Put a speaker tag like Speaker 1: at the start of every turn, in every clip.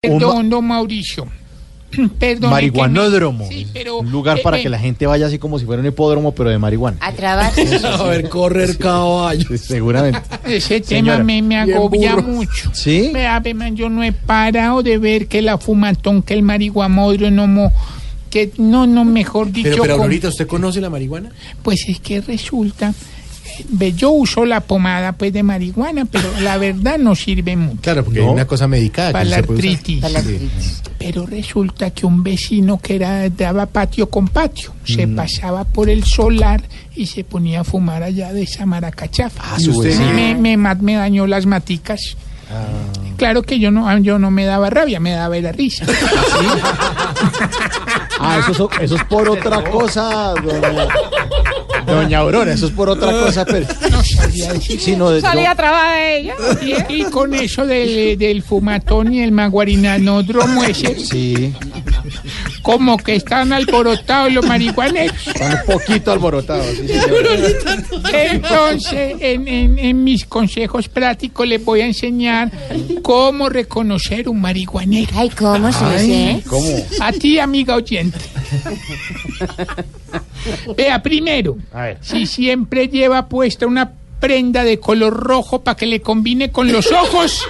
Speaker 1: Perdón, don Mauricio. Perdón.
Speaker 2: Marihuanódromo.
Speaker 1: Sí, pero,
Speaker 2: un lugar
Speaker 1: eh,
Speaker 2: para
Speaker 1: eh,
Speaker 2: que la gente vaya así como si fuera un hipódromo, pero de marihuana.
Speaker 3: A trabarse.
Speaker 4: A ver, correr caballo.
Speaker 2: Seguramente.
Speaker 1: Ese tema
Speaker 2: Señora.
Speaker 1: me, me agobia
Speaker 4: burro.
Speaker 1: mucho.
Speaker 2: ¿Sí?
Speaker 1: Vea, ve, man, yo no he parado de ver que la fumatón, que el marihuamódromo, que no, no, mejor dicho.
Speaker 4: Pero, pero
Speaker 1: con-
Speaker 4: ahorita, ¿usted conoce la marihuana?
Speaker 1: Pues es que resulta, eh, ve, yo uso la pomada pues de marihuana, pero la verdad no sirve mucho
Speaker 4: Claro, porque
Speaker 2: No.
Speaker 4: hay una cosa medicada.
Speaker 1: para
Speaker 4: que
Speaker 1: la
Speaker 4: Ah, se puede usar.
Speaker 1: artritis.
Speaker 3: Para la artritis.
Speaker 1: Pero resulta que un vecino que era, daba patio con patio, se
Speaker 4: Mm.
Speaker 1: pasaba por el solar y se ponía a fumar allá de esa maracachafa.
Speaker 4: Ah, si usted
Speaker 1: Sí,
Speaker 4: quiere-
Speaker 1: me, me, ma- me dañó las maticas. Claro que yo no, ah, yo no me daba rabia, me daba la risa.
Speaker 2: Ah, eso, so- eso es por otra cosa, doña, doña Aurora. Eso es por otra cosa, pero.
Speaker 1: No sabía decir.
Speaker 2: Sí, no, de- yo-
Speaker 3: trabajar ella.
Speaker 1: Y, y con eso del, del fumatón y el maguarinanódromo ese,
Speaker 2: Sí,
Speaker 1: como que están alborotados los marihuaneros.
Speaker 2: están un poquito alborotados. sí, sí,
Speaker 1: Entonces, en, en- en mis consejos prácticos les voy a enseñar cómo reconocer un marihuanero.
Speaker 3: Ay, ¿cómo se dice?
Speaker 2: ¿Cómo?
Speaker 1: A ti, amiga oyente. Vea, primero,
Speaker 2: A ver.
Speaker 1: si siempre lleva puesta una prenda de color rojo para que le combine con los ojos.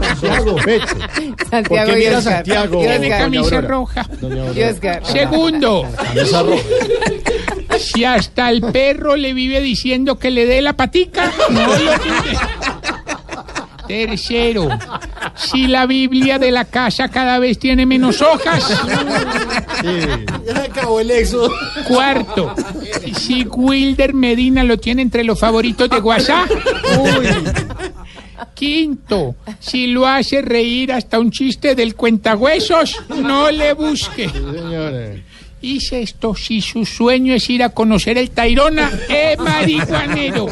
Speaker 2: Santiago, vete. ¿Por qué
Speaker 3: Santiago
Speaker 2: mira a Santiago?
Speaker 1: Tiene
Speaker 2: doña
Speaker 1: camisa
Speaker 2: Aurora?
Speaker 1: roja.
Speaker 2: Doña Aurora.
Speaker 1: Segundo,
Speaker 2: Camisa roja.
Speaker 1: si hasta el perro le vive diciendo que le dé la patica, no lo mire. Tercero, si la Biblia de la casa cada vez tiene menos hojas.
Speaker 2: Sí.
Speaker 4: Ya acabó el éxodo.
Speaker 1: Cuarto, si Wilder Medina lo tiene entre los favoritos de WhatsApp. Quinto, si lo hace reír hasta un chiste del cuentahuesos, no le busque.
Speaker 2: Señores.
Speaker 1: Y sexto, si su sueño es ir a conocer el Tairona, es marihuanero.